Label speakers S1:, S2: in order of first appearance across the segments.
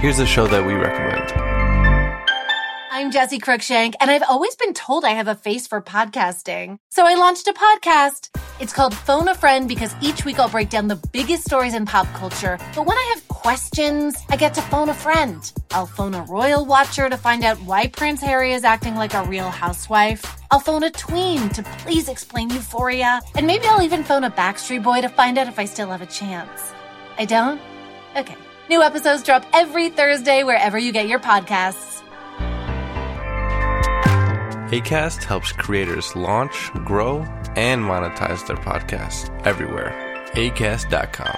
S1: Here's a show that we recommend.
S2: I'm Jesse Cruikshank, and I've always been told I have a face for podcasting. So I launched a podcast. It's called Phone a Friend because each week I'll break down the biggest stories in pop culture. But when I have questions, I get to phone a friend. I'll phone a royal watcher to find out why Prince Harry is acting like a real housewife. I'll phone a tween to please explain euphoria. And maybe I'll even phone a Backstreet Boy to find out if I still have a chance. I don't? Okay. New episodes drop every Thursday wherever you get your podcasts.
S1: ACAST helps creators launch, grow, and monetize their podcasts everywhere. ACAST.com.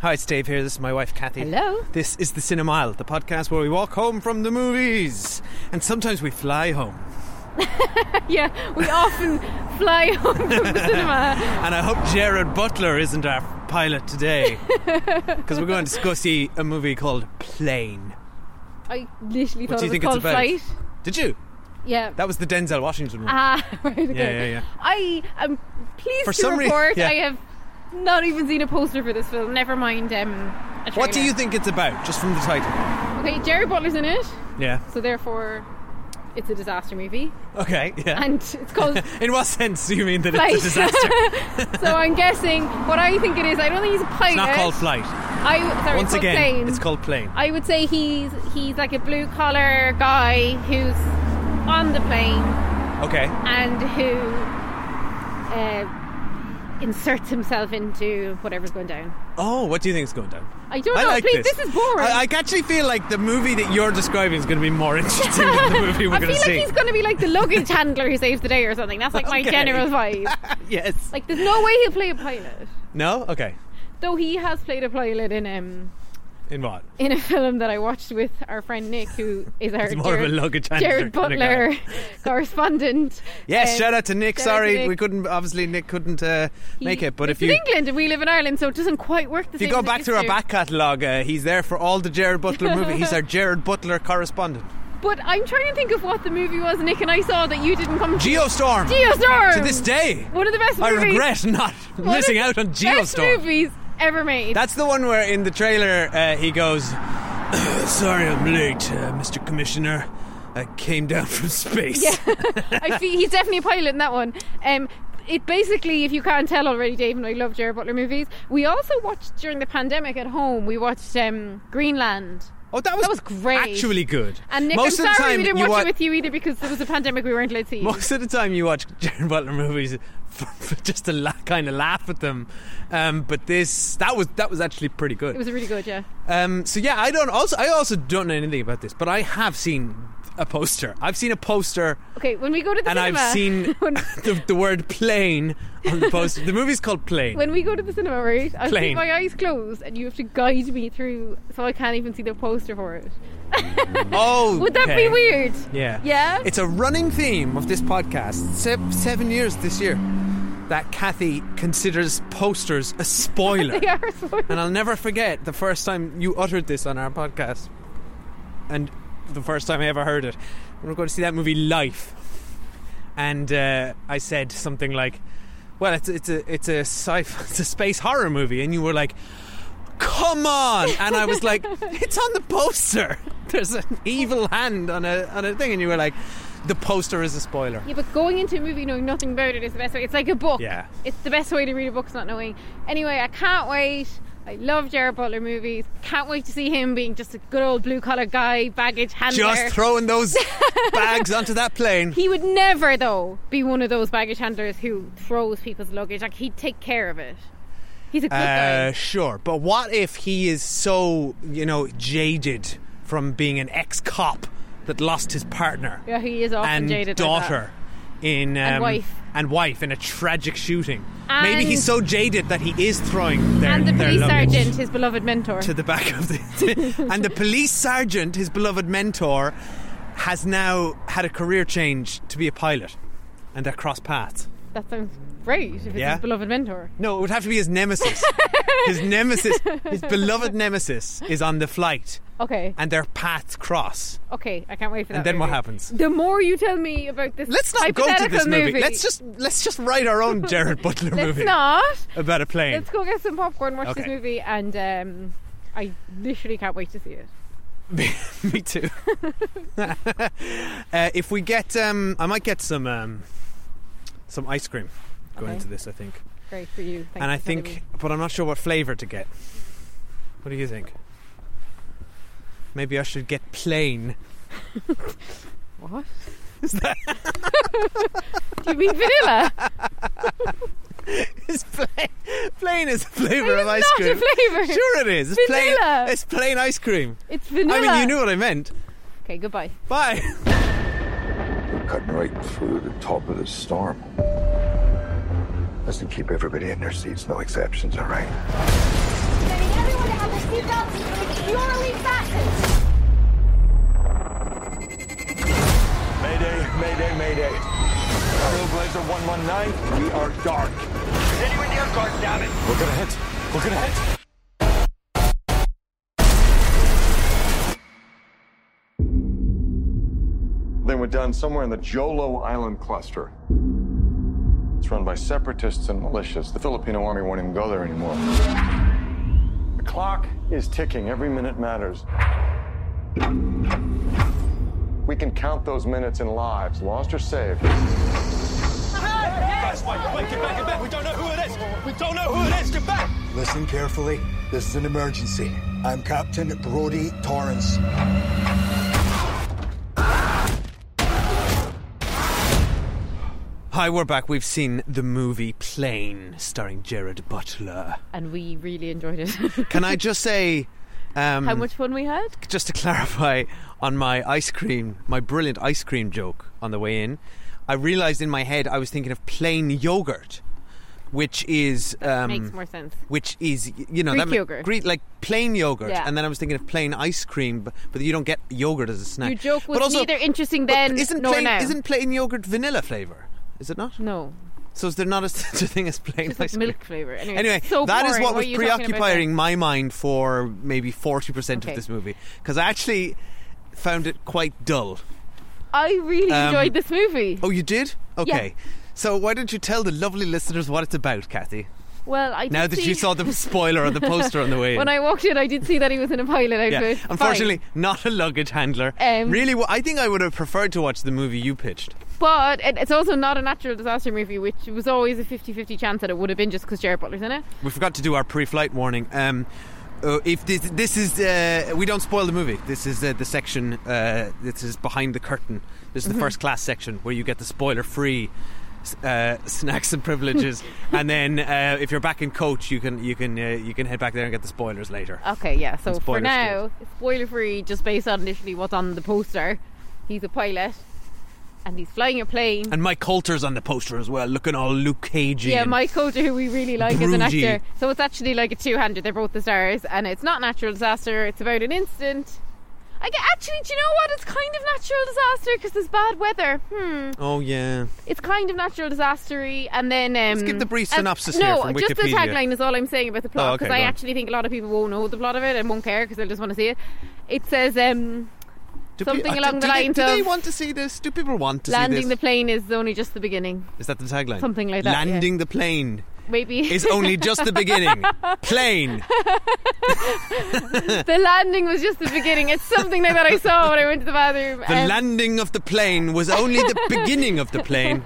S3: Hi, it's Dave here. This is my wife, Kathy.
S4: Hello.
S3: This is the Cinemile, the podcast where we walk home from the movies. And sometimes we fly home.
S4: Yeah, we often fly home from the cinema.
S3: And I hope Jared Butler isn't our pilot today. Because we're going to go see a movie called Plane.
S4: I literally
S3: What
S4: thought
S3: do you
S4: it was
S3: think it's
S4: called
S3: about?
S4: flight.
S3: Did you?
S4: Yeah.
S3: That was the Denzel Washington one.
S4: ah, right. Okay.
S3: yeah, yeah.
S4: I am pleased
S3: For
S4: to
S3: some rea-
S4: report
S3: yeah.
S4: I have not even seen a poster for this film. Never mind. Um, a
S3: what do
S4: trailer.
S3: you think it's about, just from the title?
S4: Okay, Jerry Butler's in it,
S3: Yeah.
S4: so therefore, it's a disaster movie,
S3: Okay, yeah.
S4: and it's called.
S3: In what sense do you mean that
S4: Flight.
S3: it's a disaster? it's
S4: so I'm guessing what I think it is. I don't think he's a pilot.
S3: not called Flight.
S4: I sorry,
S3: Once
S4: it's called
S3: again,
S4: plane.
S3: it's called Plane.
S4: I would say he's he's like a blue collar guy who's on the plane Ah.
S3: Okay.
S4: and who uh, inserts himself into whatever's going down.
S3: Oh, what do you think is going down?
S4: I don't know.
S3: like
S4: please,
S3: this.
S4: this. is boring.
S3: I, I actually feel like the movie that you're describing is going to be more interesting than the movie we're
S4: I
S3: going to
S4: feel
S3: see.
S4: like he's going to be like the luggage handler who saves the day or something. That's like my
S3: Okay.
S4: general vibe.
S3: yes.
S4: Like, there's no way he'll play a pilot,
S3: No. Okay.
S4: though he has played a pilot in um
S3: In what?
S4: in a film that I watched with our friend Nick, who is our
S3: He's more of a
S4: Jared,
S3: luggage handler
S4: Jared
S3: kinda
S4: Butler
S3: guy.
S4: correspondent.
S3: Yes.
S4: Um,
S3: shout out to Nick.
S4: shout out
S3: Sorry,
S4: to Nick.
S3: we couldn't. Obviously, Nick couldn't uh, make
S4: He
S3: it. But
S4: lives
S3: if you
S4: in England and we live in Ireland, so it doesn't quite work. The
S3: if you
S4: same
S3: go
S4: as it
S3: back
S4: used
S3: through our back catalogue, uh, he's there for all the Jared Butler movie. He's our Jared Butler correspondent.
S4: But I'm trying to think of what the movie was, Nick, and I saw that you didn't come.
S3: Geostorm.
S4: Geostorm.
S3: To this day,
S4: One of the best
S3: I
S4: movies.
S3: regret not
S4: One of
S3: missing
S4: the
S3: out on
S4: Best
S3: Geostorm.
S4: movies ever made.
S3: That's the one where in the trailer uh, he goes, "Sorry, I'm late, uh, Mr. Commissioner. I came down from space."
S4: I feel he's definitely a pilot in that one. Um, it basically, if you can't tell already, Dave and I love Jared Butler movies. We also watched during the pandemic at home. We watched um, Greenland.
S3: Oh, that was,
S4: That was great.
S3: Actually, good.
S4: And Nick,
S3: most
S4: I'm
S3: of the
S4: sorry
S3: time
S4: we didn't
S3: you
S4: watch
S3: wa-
S4: it with you either because there was a pandemic. We weren't allowed to see. you.
S3: Most of the time you watch Jared Butler movies for, for just to la- kind of laugh at them, um, but this that was that was actually pretty
S4: It
S3: good.
S4: was really good, yeah.
S3: Um, so yeah, I don't also I also don't know anything about this, but I have seen a poster. I've seen a poster.
S4: Okay, when we go to the
S3: And
S4: cinema,
S3: I've seen
S4: when-
S3: the, the word plane on the poster. The movie's called Plane.
S4: when we go to the cinema, right? I
S3: Plane.
S4: keep my eyes closed, and you have to guide me through, so I can't even see the poster for it.
S3: oh,
S4: Would that
S3: okay.
S4: be weird?
S3: Yeah.
S4: Yeah?
S3: It's a running theme of this podcast. Seven, seven years this year that Kathy considers posters a spoiler.
S4: They are so-
S3: And I'll never forget the first time you uttered this on our podcast. And the first time I ever heard it. We were going to see that movie Life. And uh, I said something like, well, it's, it's a it's a sci it's a space horror movie, and you were like, "Come on!" And I was like, "It's on the poster. There's an evil hand on a on a thing," and you were like, the poster is a spoiler.
S4: Yeah, but going into a movie knowing nothing about it is the best way. It's like a book.
S3: Yeah.
S4: It's the best way to read a book, is not knowing. Anyway, I can't wait. I love Jared Butler movies. Can't wait to see him being just a good old blue collar guy, baggage handler.
S3: Just throwing those bags onto that plane.
S4: he would never, though, be one of those baggage handlers who throws people's luggage. Like, he'd take care of it. He's a good
S3: Uh,
S4: guy.
S3: sure, but what if he is so, you know, jaded from being an ex cop that lost his partner
S4: Yeah, he is often
S3: and
S4: jaded. like that.
S3: daughter in um,
S4: And wife.
S3: and wife in a tragic shooting? Maybe he's
S4: And-
S3: so jaded that he is throwing their,
S4: And the
S3: their
S4: police
S3: luggage
S4: sergeant, his beloved mentor.
S3: to the back of the and the police sergeant, his beloved mentor, has now had a career change to be a pilot, and they're cross paths.
S4: That sounds great if it's
S3: Yeah.
S4: his beloved mentor.
S3: No, it would have to be his nemesis. his nemesis, his beloved nemesis, is on the flight,
S4: Okay.
S3: and their paths cross.
S4: Okay, I can't wait for that.
S3: And then what
S4: movie.
S3: happens?
S4: The more you tell me about this,
S3: Let's not go to
S4: hypothetical
S3: this movie.
S4: movie.
S3: Let's just let's just write our own Jared Butler
S4: Let's
S3: movie
S4: not.
S3: about a plane.
S4: Let's go get some popcorn, watch this
S3: Okay.
S4: movie, and um, I literally can't wait to see it.
S3: Me, me too. uh, if we get, um, I might get some um, some ice cream going
S4: Okay.
S3: into this. I think,
S4: Great for you. Thanks
S3: and I
S4: for telling
S3: think,
S4: me.
S3: but I'm not sure what flavor to get. What do you think? Maybe I should get plain.
S4: what do you mean vanilla?
S3: It's plain. Plain is the flavor
S4: It's
S3: of ice
S4: not
S3: cream.
S4: a flavour.
S3: Sure it is. It's
S4: Vanilla.
S3: plain. It's plain ice cream.
S4: It's vanilla.
S3: I mean, you knew what I meant.
S4: Okay, goodbye.
S3: Bye.
S5: cutting right through the top of the storm. Listen, keep everybody in their seats, no exceptions, all right?
S6: Getting everyone to have their seatbelts. You want to leave fasten.
S7: Mayday, mayday, mayday. Trailblazer 119, we are dark. Is anyone near dark, damn it? We're gonna hit. We're gonna hit. They were done somewhere in the Jolo Island cluster. It's run by separatists and militias. The Filipino army won't even go there anymore. The clock is ticking. Every minute matters. We can count those minutes in lives, lost or saved.
S8: Guys, wait, wait, get back, get back. We don't know who it is. We don't know who it is. Get back.
S7: Listen carefully. This is an emergency. I'm Captain Brody Torrance.
S3: Hi, we're back. We've seen the movie Plane, starring Jared Butler.
S4: And we really enjoyed it.
S3: Can I Hmm. just say, um,
S4: How much fun we had?
S3: just to clarify on my ice cream, my brilliant ice cream joke on the way in, I realised in my head I was thinking of plain yogurt, which is um,
S4: Makes more sense.
S3: which is y- you know
S4: Greek
S3: that ma-
S4: yogurt.
S3: Greek like plain yogurt,
S4: Yeah.
S3: and then I was thinking of plain ice cream, but, but you don't get yogurt as a snack.
S4: Your joke was
S3: but also,
S4: neither interesting
S3: but
S4: then
S3: isn't
S4: nor
S3: plain,
S4: now.
S3: Isn't plain yogurt vanilla flavour? Is it not?
S4: no,
S3: So is there not a, such a thing as plain
S4: just
S3: ice
S4: like
S3: cream?
S4: milk flavor. Anyway,
S3: Anyway,
S4: so
S3: that is
S4: boring.
S3: what
S4: are
S3: was
S4: you talking about
S3: preoccupying
S4: then?
S3: my mind for maybe 40%
S4: Okay.
S3: of this movie. Because I actually found it quite dull.
S4: I really
S3: Um,
S4: enjoyed this movie.
S3: Oh, you did? Okay. So why don't you tell the lovely listeners what it's about, Kathy?
S4: Well, I did
S3: Now that
S4: see-
S3: you saw the spoiler on the poster on the way in.
S4: When I walked in, I did see that he was in a pilot
S3: yeah.
S4: outfit.
S3: Unfortunately, not a luggage handler.
S4: Um,
S3: really, wha- I think I would have preferred to watch the movie you pitched.
S4: Fine. But it, it's also not a natural disaster movie, which was always a 50 50 chance that it would have been just because Jared Butler's in it.
S3: We forgot to do our pre-flight warning. Um, uh, if this this is uh, we don't spoil the movie. This is uh, the section. Uh, this is behind the curtain. This
S4: Mm-hmm.
S3: is the first class section where you get the spoiler-free uh, snacks and privileges. and then uh, if you're back in coach, you can you can uh, you can head back there and get the spoilers later.
S4: Okay, yeah. So
S3: And
S4: for
S3: spoilers
S4: now, spoiler free, just based on literally what's on the poster, he's a pilot and he's flying a plane.
S3: And Mike Coulter's on the poster as well, looking all Luke Cagey.
S4: yeah,
S3: and-
S4: Mike Coulter, who we really like as an
S3: Broody.
S4: actor. So it's actually like a two-hander. They're both the stars, and it's not natural disaster. It's about an incident. I get, actually, do you know what? It's kind of natural disaster because there's bad weather. Hmm.
S3: Oh yeah.
S4: it's kind of natural disastery, and then um,
S3: Let's give the brief
S4: uh,
S3: synopsis
S4: no,
S3: here from
S4: just the
S3: Wikipedia.
S4: tagline is all I'm saying about the
S3: Oh,
S4: plot
S3: okay,
S4: because I
S3: go on.
S4: actually think a lot of people won't know the plot of it and won't care because they'll just want to see it. It says um,
S3: Do
S4: Something
S3: pe- uh, do-
S4: along the
S3: do they-
S4: lines
S3: Do they
S4: of-
S3: want to see this? Do people want to
S4: landing
S3: see
S4: the
S3: this?
S4: plane is only just the beginning.
S3: is that the tagline?
S4: something like that, yeah.
S3: Landing the plane
S4: maybe
S3: is only just the beginning. Plane.
S4: the landing was just the beginning. It's something like that I saw when I went to the bathroom.
S3: The
S4: Um,
S3: landing of the plane was only the beginning of the plane.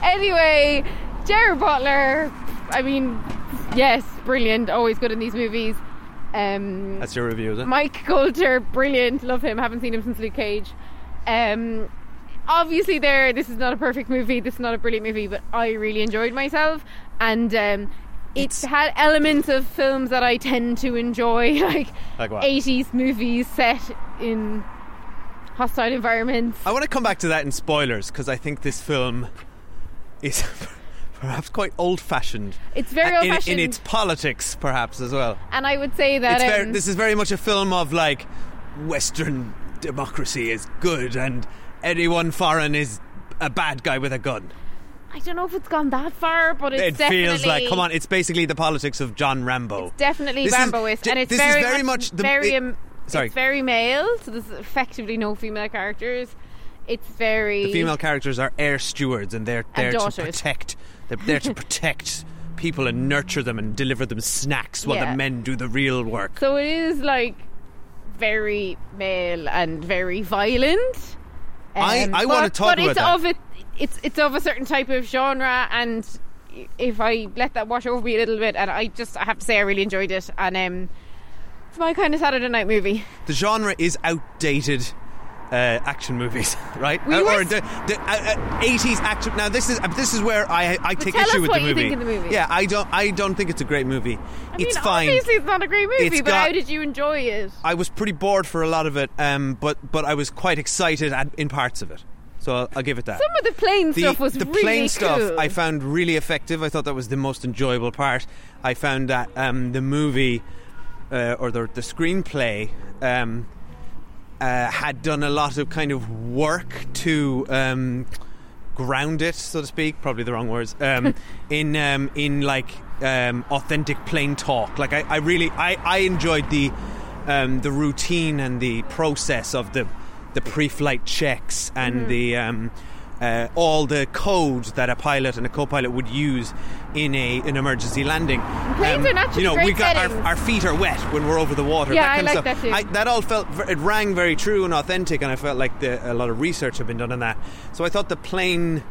S4: anyway, Jared Butler. I mean, yes, brilliant. Always good in these movies. Um,
S3: That's your review, is it?
S4: Mike Coulter, brilliant. Love him. Haven't seen him since Luke Cage. Um, obviously, there. This is not a perfect movie. This is not a brilliant movie, but I really enjoyed myself, and um, it had elements of films that I tend to enjoy, like,
S3: Like what?
S4: 80s movies set in hostile environments.
S3: I want to come back to that in spoilers because I think this film is perhaps quite old-fashioned. Uh,
S4: It's very
S3: in,
S4: old-fashioned.
S3: in its politics, perhaps as well.
S4: And I would say that
S3: It's very,
S4: um,
S3: this is very much a film of like Western democracy is good and anyone foreign is a bad guy with a gun.
S4: I don't know if it's gone that far, but it's
S3: it feels like
S4: definitely-
S3: come on, it's basically the politics of John Rambo.
S4: definitely
S3: This is-
S4: Ramboist,
S3: d-
S4: and it's
S3: this is
S4: very,
S3: very much the-
S4: very
S3: it-
S4: um,
S3: sorry.
S4: It's very male, so there's effectively no female characters. It's very
S3: the female characters are air stewards and they're
S4: And
S3: there to
S4: daughters.
S3: protect. They're there to protect people and nurture them and deliver them snacks while
S4: Yeah.
S3: the men do the real work.
S4: So it is like very male and very violent. Um,
S3: I- I wanna
S4: but-
S3: talk
S4: but
S3: about
S4: it's
S3: that.
S4: of it. It's it's of a certain type of genre, and if I let that wash over me a little bit, and I just I have to say I really enjoyed it, and um, it's my kind of Saturday night movie.
S3: The genre is outdated. Uh, action movies, right?
S4: We
S3: Uh,
S4: were
S3: or
S4: s-
S3: the, the uh, uh, 80s action. Now this is uh, this is where I I take
S4: tell
S3: issue
S4: us
S3: with
S4: what
S3: the
S4: you
S3: movie.
S4: think of the movie.
S3: Yeah, I don't I don't think it's a great movie.
S4: I
S3: it's
S4: mean,
S3: fine.
S4: Obviously, it's not a great movie,
S3: It's
S4: but
S3: got-
S4: how did you enjoy it?
S3: I was pretty bored for a lot of it, um, but but I was quite excited at, in parts of it. So I'll, I'll give it that.
S4: Some of the plane stuff was
S3: the
S4: really
S3: plane stuff
S4: cool.
S3: I found really effective. I thought that was the most enjoyable part. I found that um, the movie uh, or the, the screenplay um, uh, had done a lot of kind of work to um, ground it, so to speak. Probably the wrong words. Um, in um, in like um, authentic plain talk. Like I, I really I, I enjoyed the um, the routine and the process of the the pre-flight checks and
S4: Mm-hmm.
S9: Mhm.
S3: the um, uh, all the code that a pilot and a co-pilot would use in a an emergency landing. Um,
S4: Planes are naturally
S3: you know,
S4: great
S3: we got our,
S4: settings.
S3: our feet are wet when we're over the water.
S4: Yeah,
S3: that
S4: I
S3: kind of
S4: like
S3: stuff.
S4: that too.
S3: I, that all felt ver- it rang very true and authentic, and I felt like the, a lot of research had been done on that. So I thought the plane,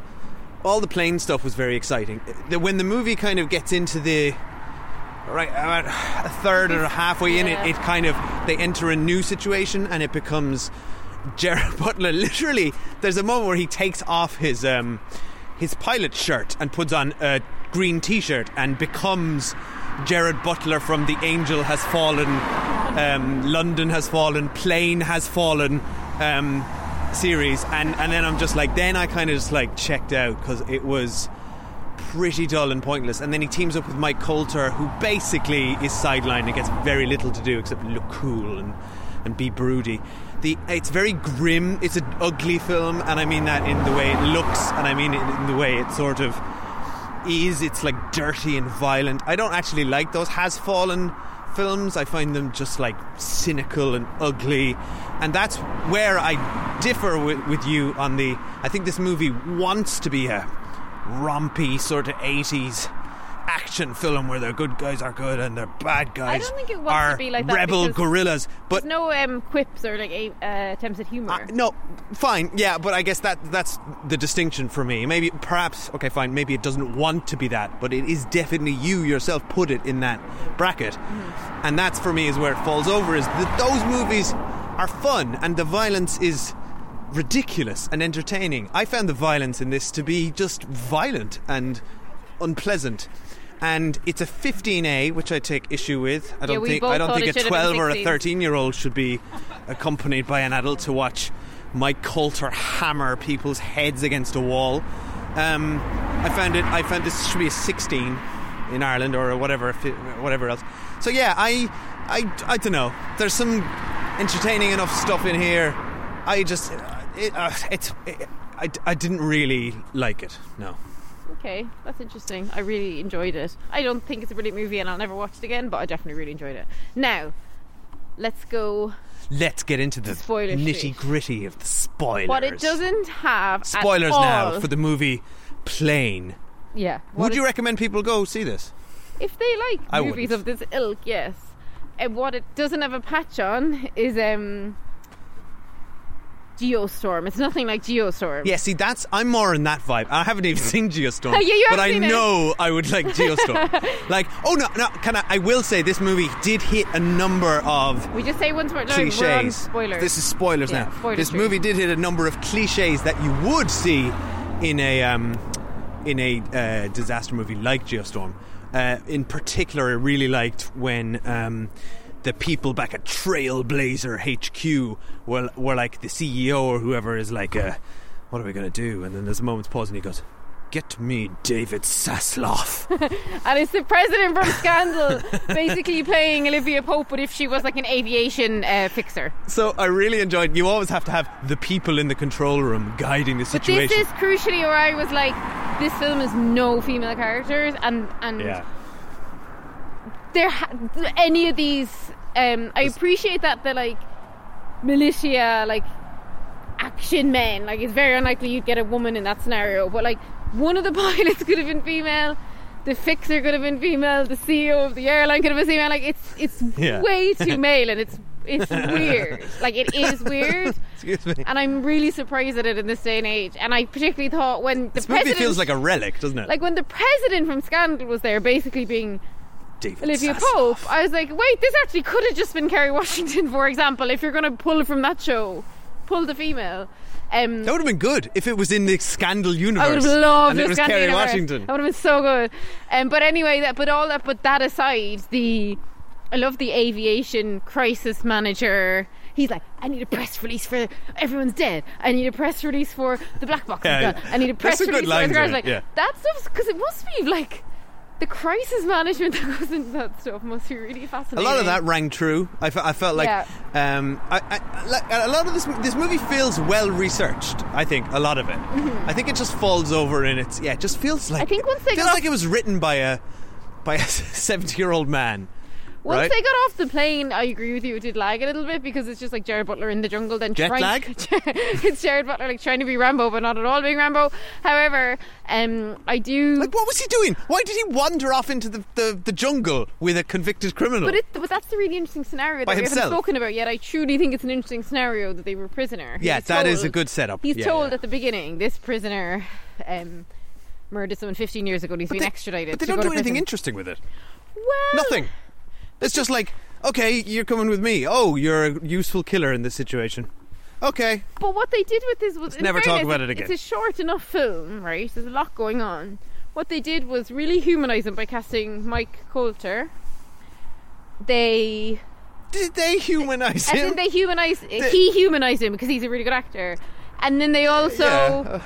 S3: all the plane stuff was very exciting. The- When the movie kind of gets into the right about a third or halfway in,
S9: Yeah.
S3: it, it kind of they enter a new situation, and it becomes Jared Butler. Literally, there's a moment where he takes off his um, his pilot shirt and puts on a green T-shirt and becomes. Jared Butler from The Angel Has Fallen, um, London Has Fallen, Plane Has Fallen um, series, and and then I'm just like, then I kind of just like checked out because it was pretty dull and pointless. And then he teams up with Mike Coulter, who basically is sidelined and gets very little to do except look cool and, and be broody. The, it's very grim. It's an ugly film, and I mean that in the way it looks, and I mean it in the way it sort of is. It's like dirty and violent. I don't actually like those Has Fallen films. I find them just like cynical and ugly, and that's where I differ with, with you on the. I think this movie wants to be a rompy sort of 80s action film where their good guys are good and their bad
S4: I
S3: guys
S4: don't think it wants
S3: are
S4: to be like that.
S3: rebel
S4: because
S3: guerrillas. But
S4: there's no um, quips or like a- uh, attempts at humor.
S3: no, fine, yeah, but I guess that that's the distinction for me. Maybe, perhaps, okay, fine, maybe it doesn't want to be that, but it is definitely you yourself put it in that bracket. And that's for me is where it falls over is that those movies are fun and the violence is ridiculous and entertaining. I found the violence in this to be just violent and unpleasant. And it's a 15A, which I take issue with. I
S9: Yeah,
S3: don't
S9: we
S3: think
S9: both
S3: I don't
S9: thought
S3: think
S9: it
S3: a
S9: should have been
S3: 12 or a
S9: 16.
S3: 13 year old should be accompanied by an adult to watch Mike Coulter hammer people's heads against a wall. Um, I found it. I found this should be a 16 in Ireland or whatever, if it- whatever else. So yeah, I, I, I don't know. There's some entertaining enough stuff in here. I just, it, uh, it's, it, I, I didn't really like it. No.
S4: Okay, that's interesting. I really enjoyed it. I don't think it's a brilliant movie, and I'll never watch it again. But I definitely really enjoyed it. Now, let's go.
S3: Let's get into the
S4: Spoiler
S3: nitty
S4: sheet.
S3: gritty of the spoilers.
S4: What it doesn't have. at
S3: Spoilers now
S4: all-
S3: for the movie Plane.
S4: yeah. what
S3: Would
S4: it-
S3: you recommend people go see this?
S4: if they like
S3: I
S4: movies of this ilk, yes. And what it doesn't have a patch on is um, Geostorm. It's nothing like Geostorm.
S3: Yeah, see, that's I'm more in that vibe. I haven't even seen Geostorm,
S4: Yeah, you
S3: but
S4: haven't
S3: I
S4: seen it.
S3: know I would like Geostorm. like, oh no, no, can I? I will say this movie did hit a number of
S4: We just say once more. No,
S3: cliches.
S4: we're on spoilers.
S3: This is spoilers
S4: Yeah,
S3: now.
S4: spoiler
S3: this
S4: free.
S3: movie did hit a number of cliches that you would see in a um, in a uh, disaster movie like Geostorm. Uh, in particular, I really liked when um, the people back at Trailblazer HQ were, were like the CEO or whoever is like, uh, "What are we going to do?" And then there's a moment's pause, and he goes, "Get me David Sasloff."
S4: and it's the president from Scandal, basically playing Olivia Pope, but if she was like an aviation uh, fixer.
S3: so I really enjoyed. You always have to have the people in the control room guiding the situation.
S4: This is crucially where I was like, this film is no female characters, and and
S3: yeah.
S4: there ha- any of these um i appreciate that they're like militia like action men like it's very unlikely you'd get a woman in that scenario but like one of the pilots could have been female the fixer could have been female the ceo of the airline could have been female like it's it's
S3: Yeah.
S4: way too male and it's it's weird like it is weird
S3: Excuse me.
S4: and i'm really surprised at it in this day and age and i particularly thought when the
S3: This movie
S4: president
S3: feels like a relic, doesn't it?
S4: like when the president from scandal was there basically being
S3: David
S4: Olivia
S3: Sass-
S4: Pope, I was like, wait, this actually could have just been Kerry Washington, for example. If you're going to pull from that show, pull the female. Um,
S3: That would have been good if it was in the Scandal universe.
S4: I would have loved
S3: and it
S4: the
S3: was
S4: Scandal
S3: Kerry
S4: universe.
S3: Washington.
S4: That would have been so good. Um, but anyway, that but all that but that aside, the I love the aviation crisis manager. He's like, I need a press release for everyone's dead. I need a press release for the black box. is
S3: Yeah,
S4: gone.
S3: yeah.
S4: I need a
S3: There's
S4: press
S3: some good
S4: release for
S3: lines
S4: the
S3: in
S4: garage."
S3: it,
S4: like
S3: yeah.
S4: that stuff's because it must be like the crisis management that goes into that stuff must be really
S3: a
S4: fascinating.
S3: lot of that rang true. I, fe- I felt like,
S4: Yeah.
S3: um, I, I, like a lot of this this movie feels well researched. I think a lot of it.
S4: Mhm.
S3: I think it just falls over in its yeah. It just feels like
S4: I think once they
S3: feels
S4: got off-
S3: like it was written by a by a seventy year old man.
S4: Once
S3: right?
S4: they got off the plane, I agree with you. It did lag a little bit because it's just like Jared Butler in the jungle. Then
S3: Jet
S4: trying,
S3: lag?
S4: it's Jared Butler like trying to be Rambo, but not at all being Rambo. However, um, I do.
S3: like what was he doing? Why did he wander off into the, the, the jungle with a convicted criminal?
S4: But, it, but that's the really interesting scenario
S3: By
S4: that we haven't
S3: himself.
S4: spoken about yet. I truly think it's an interesting scenario that they were prisoner.
S3: yeah,
S4: He's
S3: that is a
S4: told-
S3: good setup.
S4: He's
S3: Yeah,
S4: told
S3: yeah.
S4: at the beginning this prisoner um, murdered someone 15 years ago and he's been extradited.
S3: But they
S4: to
S3: don't
S4: go
S3: do
S4: to
S3: anything
S4: prison.
S3: interesting with it.
S4: Well,
S3: Nothing. It's just like, okay, you're coming with me. Oh, you're a useful killer in this situation. Okay.
S4: But what they did with this was in
S3: never talk
S4: fairness,
S3: about it again.
S4: It's a short enough film, right? There's a lot going on. What they did was really humanize him by casting Mike Coulter. They
S3: Did they humanize
S4: and
S3: him?
S4: then they humanize he humanized him because he's a really good actor. And then they also
S3: Yeah.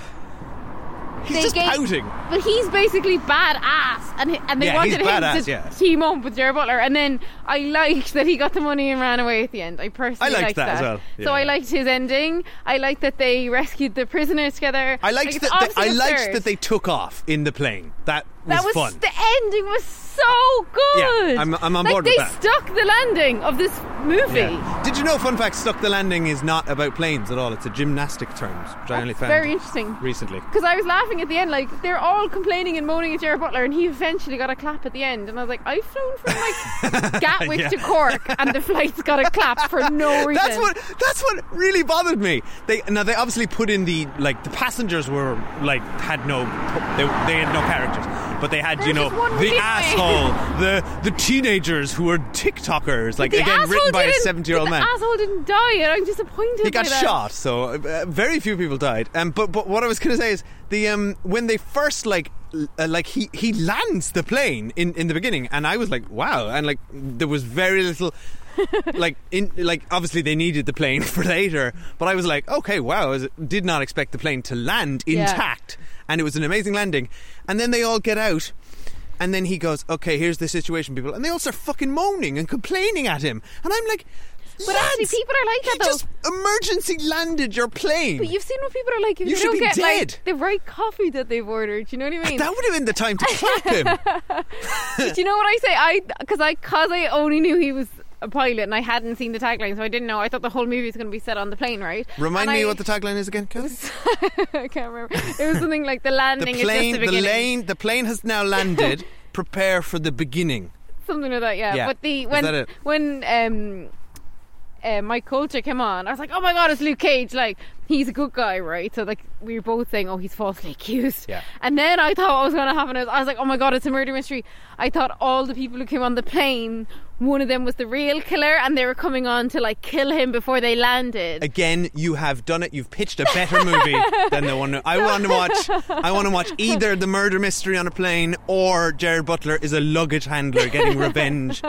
S4: they
S3: He's just
S4: gave-
S3: pouting.
S4: But he's basically badass, and he- and they
S3: Yeah, he's
S4: wanted him
S3: badass,
S4: to
S3: yeah.
S4: team up with Jared Butler. And then I liked that he got the money and ran away at the end. I personally
S3: I liked that as well.
S4: So I
S3: Yeah.
S4: liked his ending. I liked that they rescued the prisoners together.
S3: I
S4: Like,
S3: liked
S4: it's
S3: that. They, I
S4: obviously
S3: liked
S4: absurd.
S3: that they took off in the plane. That was,
S4: That was
S3: fun.
S4: the ending was so good.
S3: Yeah, I'm- I'm on
S4: like,
S3: board
S4: they
S3: with that.
S4: stuck the landing of this movie.
S3: Yeah. Did you know? Fun fact: Stuck the landing is not about planes at all. It's a gymnastic term, which I only found
S4: very interesting.
S3: recently.
S4: Because I was laughing at the end, like they're all complaining and moaning at Jared Butler, and he eventually got a clap at the end. And I was like, I've flown from like Gatwick
S3: Yeah.
S4: to Cork, and the flight's got a clap for no reason.
S3: That's what that's what really bothered me. They now they obviously put in the like the passengers were like had no they, they had no characters, but they had you know
S4: just one
S3: the
S4: leeway.
S3: asshole, the the teenagers who were TikTokers, like
S4: The
S3: again written
S4: asshole
S3: by a
S4: didn't-
S3: seventy year old
S4: the
S3: man.
S4: asshole didn't die, and I'm disappointed.
S3: He got
S4: by that.
S3: shot, so uh, very few people died. Um, but but what I was going to say is the um when they first like l- uh, like he he lands the plane in in the beginning, and I was like wow, and like there was very little. like in like obviously they needed the plane for later, but I was like, okay, wow, I was, did not expect the plane to land
S10: Yeah.
S3: intact, and it was an amazing landing. And then they all get out, and then he goes, okay, here's the situation, people, and they all start fucking moaning and complaining at him, and I'm like,
S4: But actually,
S3: lads,
S4: people are like
S3: he
S4: that though.
S3: just emergency landed your plane.
S4: But you've seen what people are like. If
S3: You
S4: they
S3: should
S4: don't
S3: be
S4: get
S3: dead.
S4: like the right coffee that they've ordered. You know what I mean?
S3: that would have been the time to clap him.
S4: Do you know what I say? I because I because I only knew he was a pilot and I hadn't seen the tagline, so I didn't know. I thought the whole movie was going to be set on the plane, right?
S3: Remind
S4: And
S3: me
S4: I-
S3: what the tagline is again. Kath?
S4: I can't remember. It was something like the landing
S3: the plane,
S4: is just the
S3: the
S4: beginning.
S3: lane, the plane has now landed. Prepare for the beginning.
S4: Something like that, yeah.
S3: Yeah.
S4: But the
S3: Is
S4: when
S3: that it?
S4: when um uh, Mike Coulter came on, I was like, oh my god, it's Luke Cage. Like he's a good guy, right? So like we were both saying, oh, he's falsely accused.
S11: Yeah.
S4: And then I thought what was going to happen is I was like, oh my god, it's a murder mystery. I thought all the people who came on the plane, one of them was the real killer, and they were coming on to like kill him before they landed.
S3: Again, you have done it. You've pitched a better movie than the one I want to watch. I want to watch either the murder mystery on a plane or Jared Butler is a luggage handler getting revenge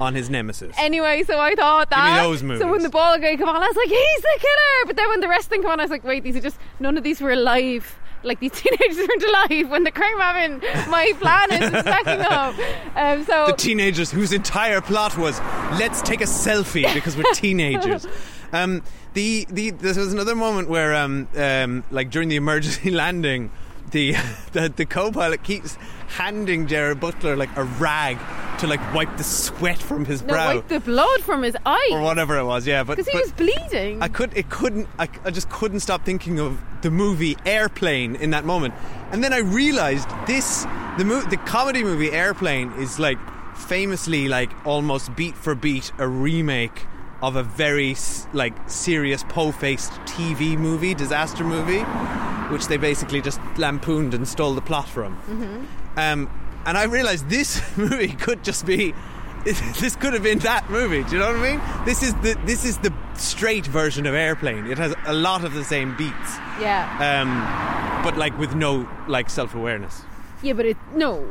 S3: on his nemesis.
S4: Anyway, so I thought
S3: Give me
S4: that.
S3: those
S4: So when
S3: movies.
S4: the ball guy came on, I was like, he's the killer. But then when the rest thing came on, I was like, wait, these are just none of these were alive. Like these teenagers weren't alive when the crime happened. My plan is stacking up. Um, so
S3: the teenagers whose entire plot was let's take a selfie because we're teenagers. um, the the there was another moment where um, um, like during the emergency landing, the, the the co-pilot keeps handing Jared Butler like a rag to like wipe the sweat from his
S4: no,
S3: brow
S4: like the blood from his
S3: or
S4: eye
S3: whatever it was. Yeah, but
S4: because he
S3: but-
S4: was bleeding.
S3: I could, it couldn't, I, I just couldn't stop thinking of the movie Airplane in that moment, and then I realized this, the mo- the comedy movie Airplane is like famously like almost beat for beat a remake of a very s- like serious po-faced TV movie, disaster movie, which they basically just lampooned and stole the plot from. Um, and I realized this movie could just be. This could have been that movie. Do you know what I mean? This is the this is the straight version of Airplane. It has a lot of the same beats,
S4: Yeah,
S3: um, but like with no like self awareness.
S4: yeah, but it no.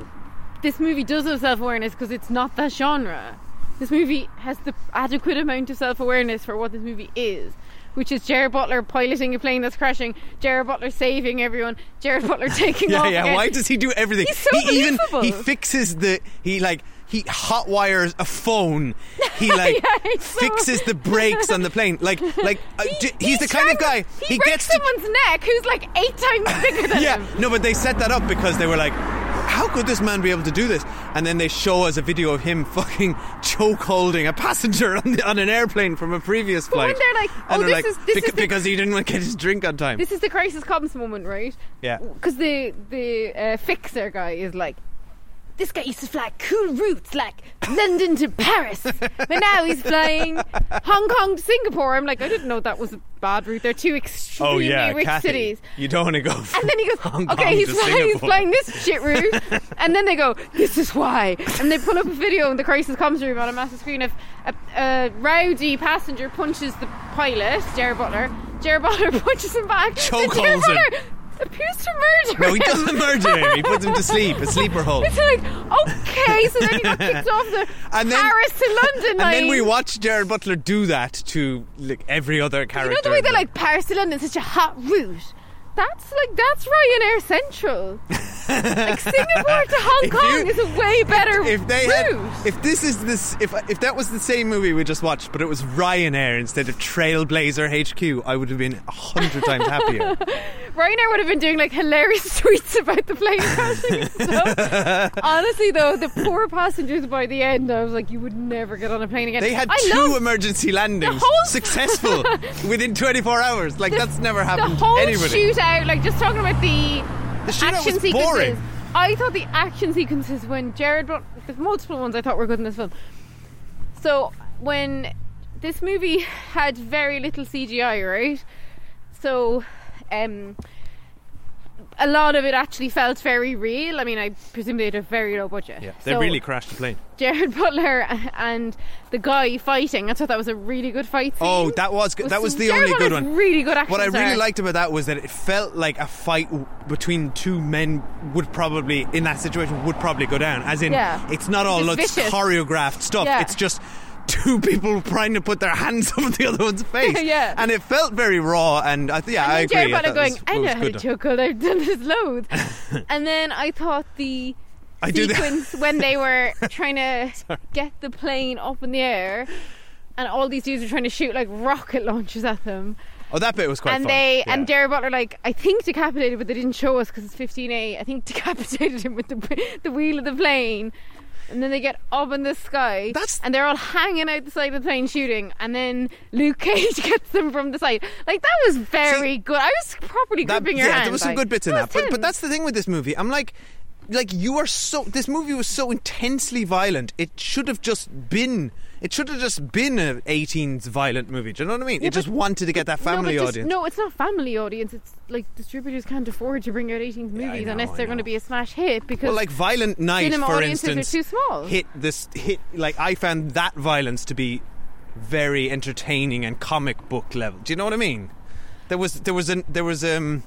S4: This movie does have self awareness because it's not that genre. This movie has the adequate amount of self awareness for what this movie is, which is Jared Butler piloting a plane that's crashing, Jared Butler saving everyone, Jared Butler taking
S3: yeah,
S4: off.
S3: yeah.
S4: again.
S3: Why does he do everything?
S4: He's so
S3: he even
S4: believable.
S3: he fixes the he like he hot wires a phone. He like
S4: Yeah, it's so-
S3: fixes the brakes on the plane. Like like uh, d- he's the kind of guy
S4: He, breaks someone's neck who's like eight times bigger than
S3: yeah,
S4: him.
S3: no, but they set that up because they were like, how could this man be able to do this? And then they show us a video of him fucking choke holding a passenger on, the, on an airplane from a previous
S4: But when
S3: flight.
S4: they're like,
S3: and
S4: "Oh,
S3: they're
S4: this
S3: like,
S4: is- this
S3: "Bec-
S4: is the-
S3: because he didn't get his drink on time.
S4: This is the crisis comms moment, right?
S3: yeah.
S4: Because the the uh, fixer guy is like, this guy used to fly cool routes like London to Paris, but now he's flying Hong Kong to Singapore. I'm like, I didn't know that was a bad route. They're two extremely
S3: Oh yeah,
S4: rich
S3: Kathy,
S4: cities.
S3: You don't want to go.
S4: And then he goes,
S3: Hong Kong
S4: okay, he's
S3: to
S4: flying, he's
S3: Singapore."
S4: flying this shit route. and then they go, this is why. And they pull up a video in the crisis comms room on a massive screen of a, a rowdy passenger punches the pilot, Jared Butler. Jared Butler punches him back.
S3: Chokeholds
S4: So Jared
S3: him.
S4: Butler appears to murder
S3: No, he
S4: him.
S3: doesn't murder him. He puts him to sleep, a sleeper hold.
S4: It's like, okay, so then he got kicked off the
S3: And then-
S4: Paris to London
S3: And
S4: line.
S3: then we watch Jared Butler do that to like every other
S4: You
S3: character.
S4: know the way
S3: in
S4: they're
S3: the-
S4: like Paris to London, such a hot route. That's like that's Ryanair Central. like Singapore to Hong
S3: If
S4: Kong
S3: you-
S4: is a way better
S3: if they
S4: route.
S3: had, if this is this, if if that was the same movie we just watched, but it was Ryanair instead of Trailblazer HQ, I would have been a hundred times happier.
S4: Ryanair would have been doing like hilarious tweets about the plane crashing. and stuff. Honestly, though, the poor passengers by the end, I was like, you would never get on a plane again.
S3: They had
S4: I
S3: two
S4: love
S3: emergency landings,
S4: whole-
S3: successful within 24 hours. Like that's never happened
S4: the whole
S3: to anybody.
S4: shootout. Like just talking about the,
S3: The shootout
S4: action
S3: was
S4: sequences.
S3: boring.
S4: I thought the action sequences when Jared brought the multiple ones I thought were good in this film. So when this movie had very little CGI, right? So um a lot of it actually felt very real. I mean, I presume they had a very low budget.
S3: Yeah, they
S4: So-
S3: really crashed the plane.
S4: Jared Butler and the guy fighting. I thought that was a really good fight scene.
S3: Oh, that was good. That was the
S4: Jared
S3: only good
S4: Butler's
S3: one.
S4: Really good action.
S3: What I really
S4: star.
S3: liked about that was that it felt like a fight w- between two men would probably, in that situation, would probably go down. As in,
S4: Yeah.
S3: it's not all
S4: It's
S3: lots
S4: vicious.
S3: choreographed stuff.
S4: Yeah.
S3: It's just two people trying to put their hands over the other one's face.
S4: Yeah.
S3: And it felt very raw. And I th- yeah, I
S4: and
S3: agree.
S4: Jared
S3: I
S4: Butler
S3: thought it
S4: going,
S3: was-
S4: I
S3: it
S4: know
S3: was
S4: how to
S3: good.
S4: chokehold. I've done this loads. and then I thought the
S3: I do that.
S4: sequence when they were trying to get the plane up in the air, and all these dudes were trying to shoot like rocket launchers at them.
S3: Oh, that bit was quite
S4: and
S3: fun.
S4: they
S3: Yeah.
S4: and Jared Butler like I think decapitated, but they didn't show us because it's 15A. I think decapitated him with the the wheel of the plane. and then they get up in the sky, and they're all hanging out the side of the plane shooting, and then Luke Cage gets them from the side. Like that was very good. I was properly
S3: That-
S4: gripping
S3: yeah,
S4: your hand.
S3: there was some
S4: like, "Oh,
S3: good bits in
S4: was
S3: that, but, but
S4: tense.
S3: that's the thing with this movie. I'm like, like you are so. This movie was so intensely violent. It should have just been. It should have just been a 18s violent movie. Do you know what I mean?
S4: Yeah,
S3: it just
S4: but-
S3: wanted to get that
S4: no, but
S3: family
S4: just-
S3: audience.
S4: No, it's not family audience. It's like distributors can't afford to bring out 18 movies
S3: know,
S4: unless
S3: I
S4: they're going to be a smash hit because
S3: well, like violent night,
S4: cinema
S3: for
S4: audiences
S3: instance,
S4: are too small.
S3: hit this hit. Like I found that violence to be very entertaining and comic book level. Do you know what I mean? There was there was an there was um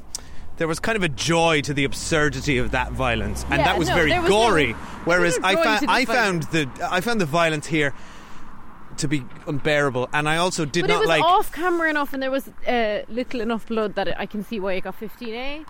S3: there was kind of a joy to the absurdity of that violence, and
S12: Yeah,
S3: that was
S12: no,
S3: very
S12: there was no-
S3: gory. Whereas
S12: there was
S3: I
S12: joy
S3: found
S12: to the
S3: I found the I found the violence here to be unbearable, and I also did
S4: but it
S3: not
S4: was
S3: like.
S4: off camera enough, and there was uh, little enough blood that I can see why it got 15A.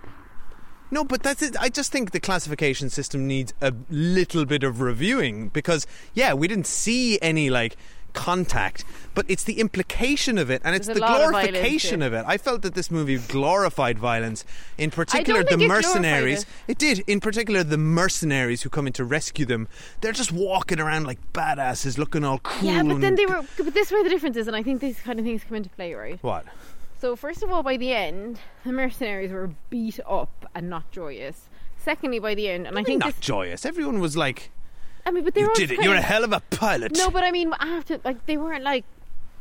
S3: No, but that's it. I just think the classification system needs a little bit of reviewing because, yeah, we didn't see any like contact, but it's the implication of it and it's
S4: There's
S3: the
S4: a lot of
S3: glorification
S4: violence,
S3: of it. I felt that this movie glorified violence, in particular
S4: think
S3: the
S4: it glorified
S3: mercenaries.
S4: it.
S3: It did, in particular the mercenaries who come in to rescue them. They're just walking around like badasses, looking all cool.
S4: Yeah, but then
S3: and-
S4: they were. But this is where the difference is, and I think these kind of things come into play, right?
S3: what?
S4: So first of all, by the end, the mercenaries were beat up and not joyous. Secondly, by the end, and I think
S3: Not
S4: this,
S3: joyous. Everyone was like,
S4: I mean, but they
S3: "You
S4: were all
S3: did it.
S4: kind
S3: You're a hell of a pilot."
S4: No, but I mean, after like they weren't like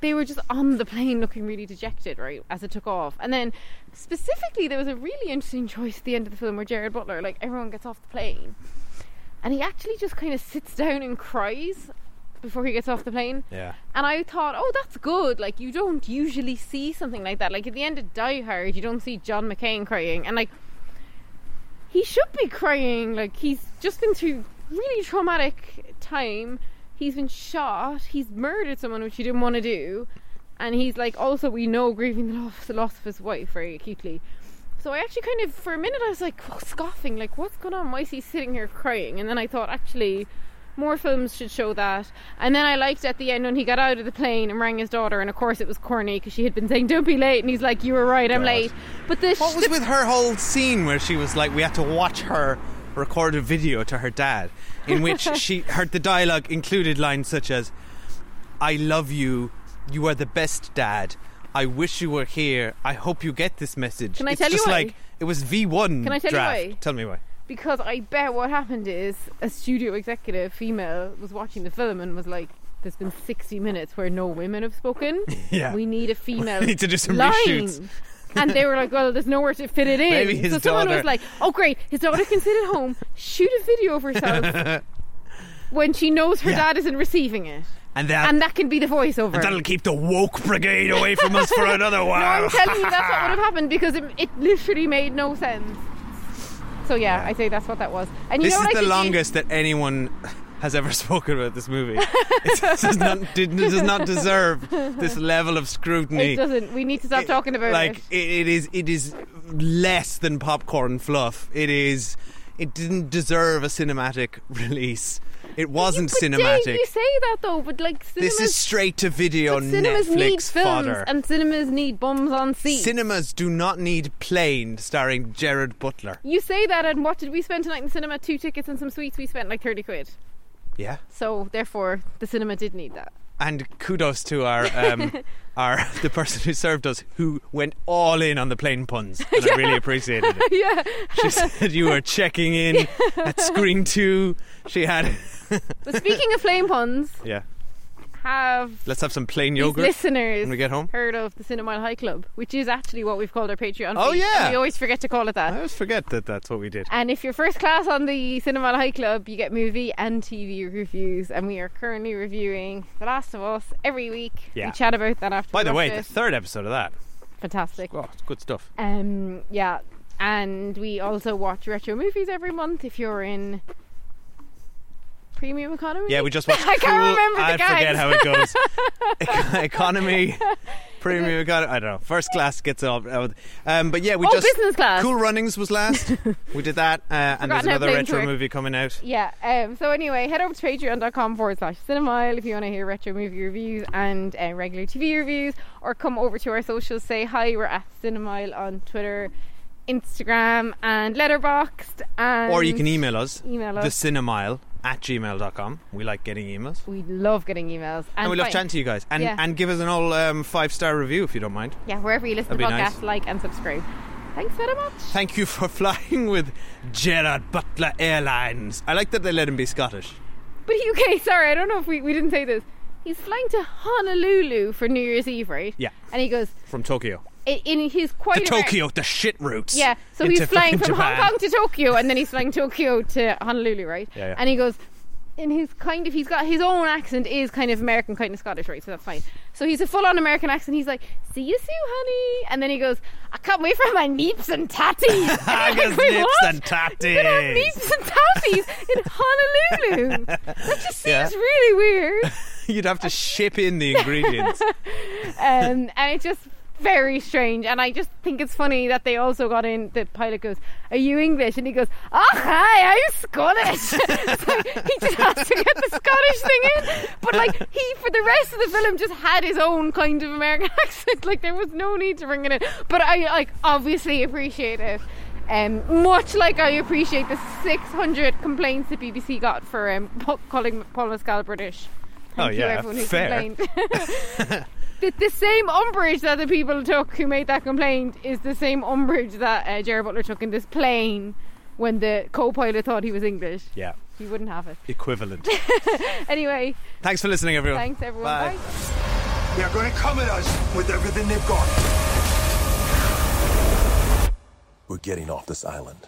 S4: they were just on the plane looking really dejected, right? As it took off, and then specifically there was a really interesting choice at the end of the film where Jared Butler, like everyone gets off the plane, and he actually just kind of sits down and cries before he gets off the plane.
S3: Yeah.
S4: And I thought, oh, that's good. Like, you don't usually see something like that. Like, at the end of Die Hard, you don't see John McCain crying. And, like, he should be crying. Like, he's just been through really traumatic time. He's been shot. He's murdered someone, which he didn't want to do. And he's, like, also, we know, grieving the loss, the loss of his wife very acutely. So I actually kind of, for a minute, I was like oh, scoffing, like, what's going on? Why is he sitting here crying? And then I thought, actually, more films should show that. And then I liked at the end when he got out of the plane and rang his daughter, and of course it was corny because she had been saying, "Don't be late," and he's like, "You were right, I'm
S3: God.
S4: late." But the
S3: What was with her whole scene where she was like, we had to watch her record a video to her dad, in which she heard the dialogue included lines such as, "I love you, you are the best dad. I wish you were here. I hope you get this message."
S4: Can I
S3: it's
S4: tell you
S3: just
S4: why?
S3: like it was V one.
S4: Can I tell you
S3: draft.
S4: why?
S3: Tell me why.
S4: because I bet what happened is a studio executive, female, was watching the film and was like. There's been 60 minutes where no women have spoken.
S3: Yeah.
S4: We need a female.
S3: need to do some
S4: line.
S3: reshoots.
S4: and they were like, well, there's nowhere to fit it in.
S3: Maybe his
S4: so someone was
S3: daughter-
S4: like, oh, great. His daughter can sit at home, shoot a video of herself, when she knows her
S3: Yeah.
S4: dad isn't receiving it.
S3: And that-
S4: and that can be the voiceover.
S3: And that'll keep the woke brigade away from us for another while.
S4: no, I'm telling you, that's what would have happened because it, it literally made no sense. So yeah, I say that's what that was. And you
S3: this
S4: know
S3: is
S4: what I
S3: the
S4: think
S3: longest that anyone has ever spoken about this movie. it does not, did, does not deserve this level of
S4: It,
S3: scrutiny.
S4: it doesn't. We need to stop talking about
S3: like
S4: it.
S3: it, it is it is less than popcorn fluff it is it didn't deserve a cinematic release it wasn't
S4: Dave,
S3: cinematic
S4: you say that though, but like cinemas,
S3: this is straight to video
S4: cinemas
S3: netflix
S4: need films
S3: fodder
S4: and cinemas need bums on seats.
S3: cinemas do not need plane starring jared butler
S4: you say that, and what did we spend tonight in the cinema? Two tickets and some sweets. We spent like thirty quid.
S3: yeah
S4: So therefore, the cinema did need that.
S3: and kudos to our um, our the person who served us who went all in on the plane puns and i really appreciated it
S4: yeah.
S3: she said you were checking in at screen two she had
S4: But speaking of flame puns,
S3: yeah
S4: have
S3: Let's have some plain
S4: these
S3: yogurt.
S4: listeners
S3: when we get home.
S4: heard of the Cinemile High Club, which is actually what we've called our Patreon.
S3: Oh,
S4: feed,
S3: yeah.
S4: and we always forget to call it
S3: I
S4: that.
S3: always forget that that's what we did.
S4: And if you're first class on the Cinemile High Club, you get movie and TV reviews, and we are currently reviewing The Last of Us every week.
S3: Yeah.
S4: We chat about that after.
S3: By
S4: we
S3: the
S4: watch
S3: way, the
S4: it.
S3: third episode of that.
S4: fantastic.
S3: Oh, it's good stuff.
S4: Um, yeah, and we also watch retro movies every month. If you're in premium economy,
S3: Yeah, we just watched.
S4: I can't
S3: Cool-
S4: remember the
S3: I forget
S4: guys.
S3: how it goes. Ec- economy, premium economy. I don't know. First class gets all. out. Um, but yeah, we
S4: Oh,
S3: just
S4: business class.
S3: Cool Runnings was last. we did that, uh, and there's
S4: Forgotten how
S3: another
S4: planes
S3: retro
S4: work.
S3: movie coming out.
S4: Yeah. Um, so anyway, head over to patreon.com forward slash cinemile if you want to hear retro movie reviews and uh, regular TV reviews, or come over to our socials. Say hi. We're at cinemile on Twitter, Instagram, and Letterboxed. And
S3: Or you can e- email us.
S4: Email us.
S3: The cinemile at gmail.com. We like getting emails.
S4: We love getting emails. And,
S3: And, we love
S4: fine.
S3: chatting to you guys. And,
S4: yeah.
S3: and give us an all um, five star review if you don't mind.
S4: yeah, wherever you listen
S3: That'd
S4: to
S3: be
S4: podcasts,
S3: nice.
S4: like and subscribe. Thanks very much.
S3: Thank you for flying with Gerard Butler Airlines. I like that they let him be Scottish.
S4: But he, okay, sorry, I don't know if we, we didn't say this. He's flying to Honolulu for New Year's Eve, right?
S3: Yeah.
S4: And he goes
S3: From Tokyo.
S4: i- in his quite
S3: to
S4: Ameri-
S3: Tokyo, the shit routes.
S4: Yeah, so
S3: into
S4: he's flying
S3: fucking
S4: from
S3: Japan.
S4: Hong Kong to Tokyo, and then he's flying Tokyo to Honolulu, right?
S3: Yeah, yeah.
S4: And he goes, in his kind of, he's got his own accent is kind of American, kind of Scottish, right? So that's fine. So he's a full-on American accent. He's like, "See you soon, honey," and then he goes, "I can't wait for my neeps and tatties." And I'm
S3: Haggis,
S4: like, "Wait,
S3: nips
S4: what?
S3: and tatties.
S4: You're gonna have neeps and tatties in Honolulu. That just seems
S3: Yeah.
S4: really weird.
S3: You'd have to ship in the ingredients.
S4: um, and it's just very strange. And I just think it's funny that they also got in. The pilot goes, "Are you English?" And he goes, "Oh, hi, I'm Scottish." so he just has to get the Scottish thing in. But like he, for the rest of the film, just had his own kind of American accent. Like there was no need to bring it in. But I like obviously appreciate it. Um, much like I appreciate the 600 complaints the BBC got for um, po- calling Paul Mescal British.
S3: Oh,
S4: Thank you,
S3: yeah,
S4: everyone who
S3: fair.
S4: complained. the, the same umbrage that the people took who made that complaint is the same umbrage that uh, Gerard Butler took in this plane when the co-pilot thought he was English.
S3: yeah,
S4: He wouldn't have it.
S3: equivalent.
S4: Anyway,
S3: Thanks for listening, everyone.
S4: thanks everyone.
S3: Bye.
S4: Bye.
S7: They're going to come at us with everything they've got.
S13: We're getting off this island.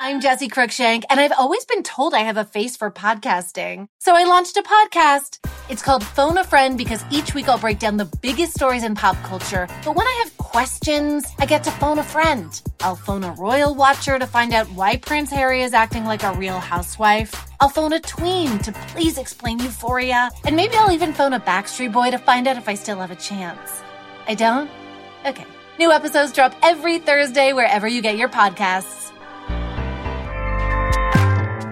S2: I'm Jesse Cruikshank, and I've always been told I have a face for podcasting. So I launched a podcast. It's called Phone a Friend because each week I'll break down the biggest stories in pop culture. But when I have questions, I get to phone a friend. I'll phone a royal watcher to find out why Prince Harry is acting like a real housewife. I'll phone a tween to please explain euphoria. And maybe I'll even phone a Backstreet Boy to find out if I still have a chance. I don't? Okay. New episodes drop every Thursday wherever you get your podcasts.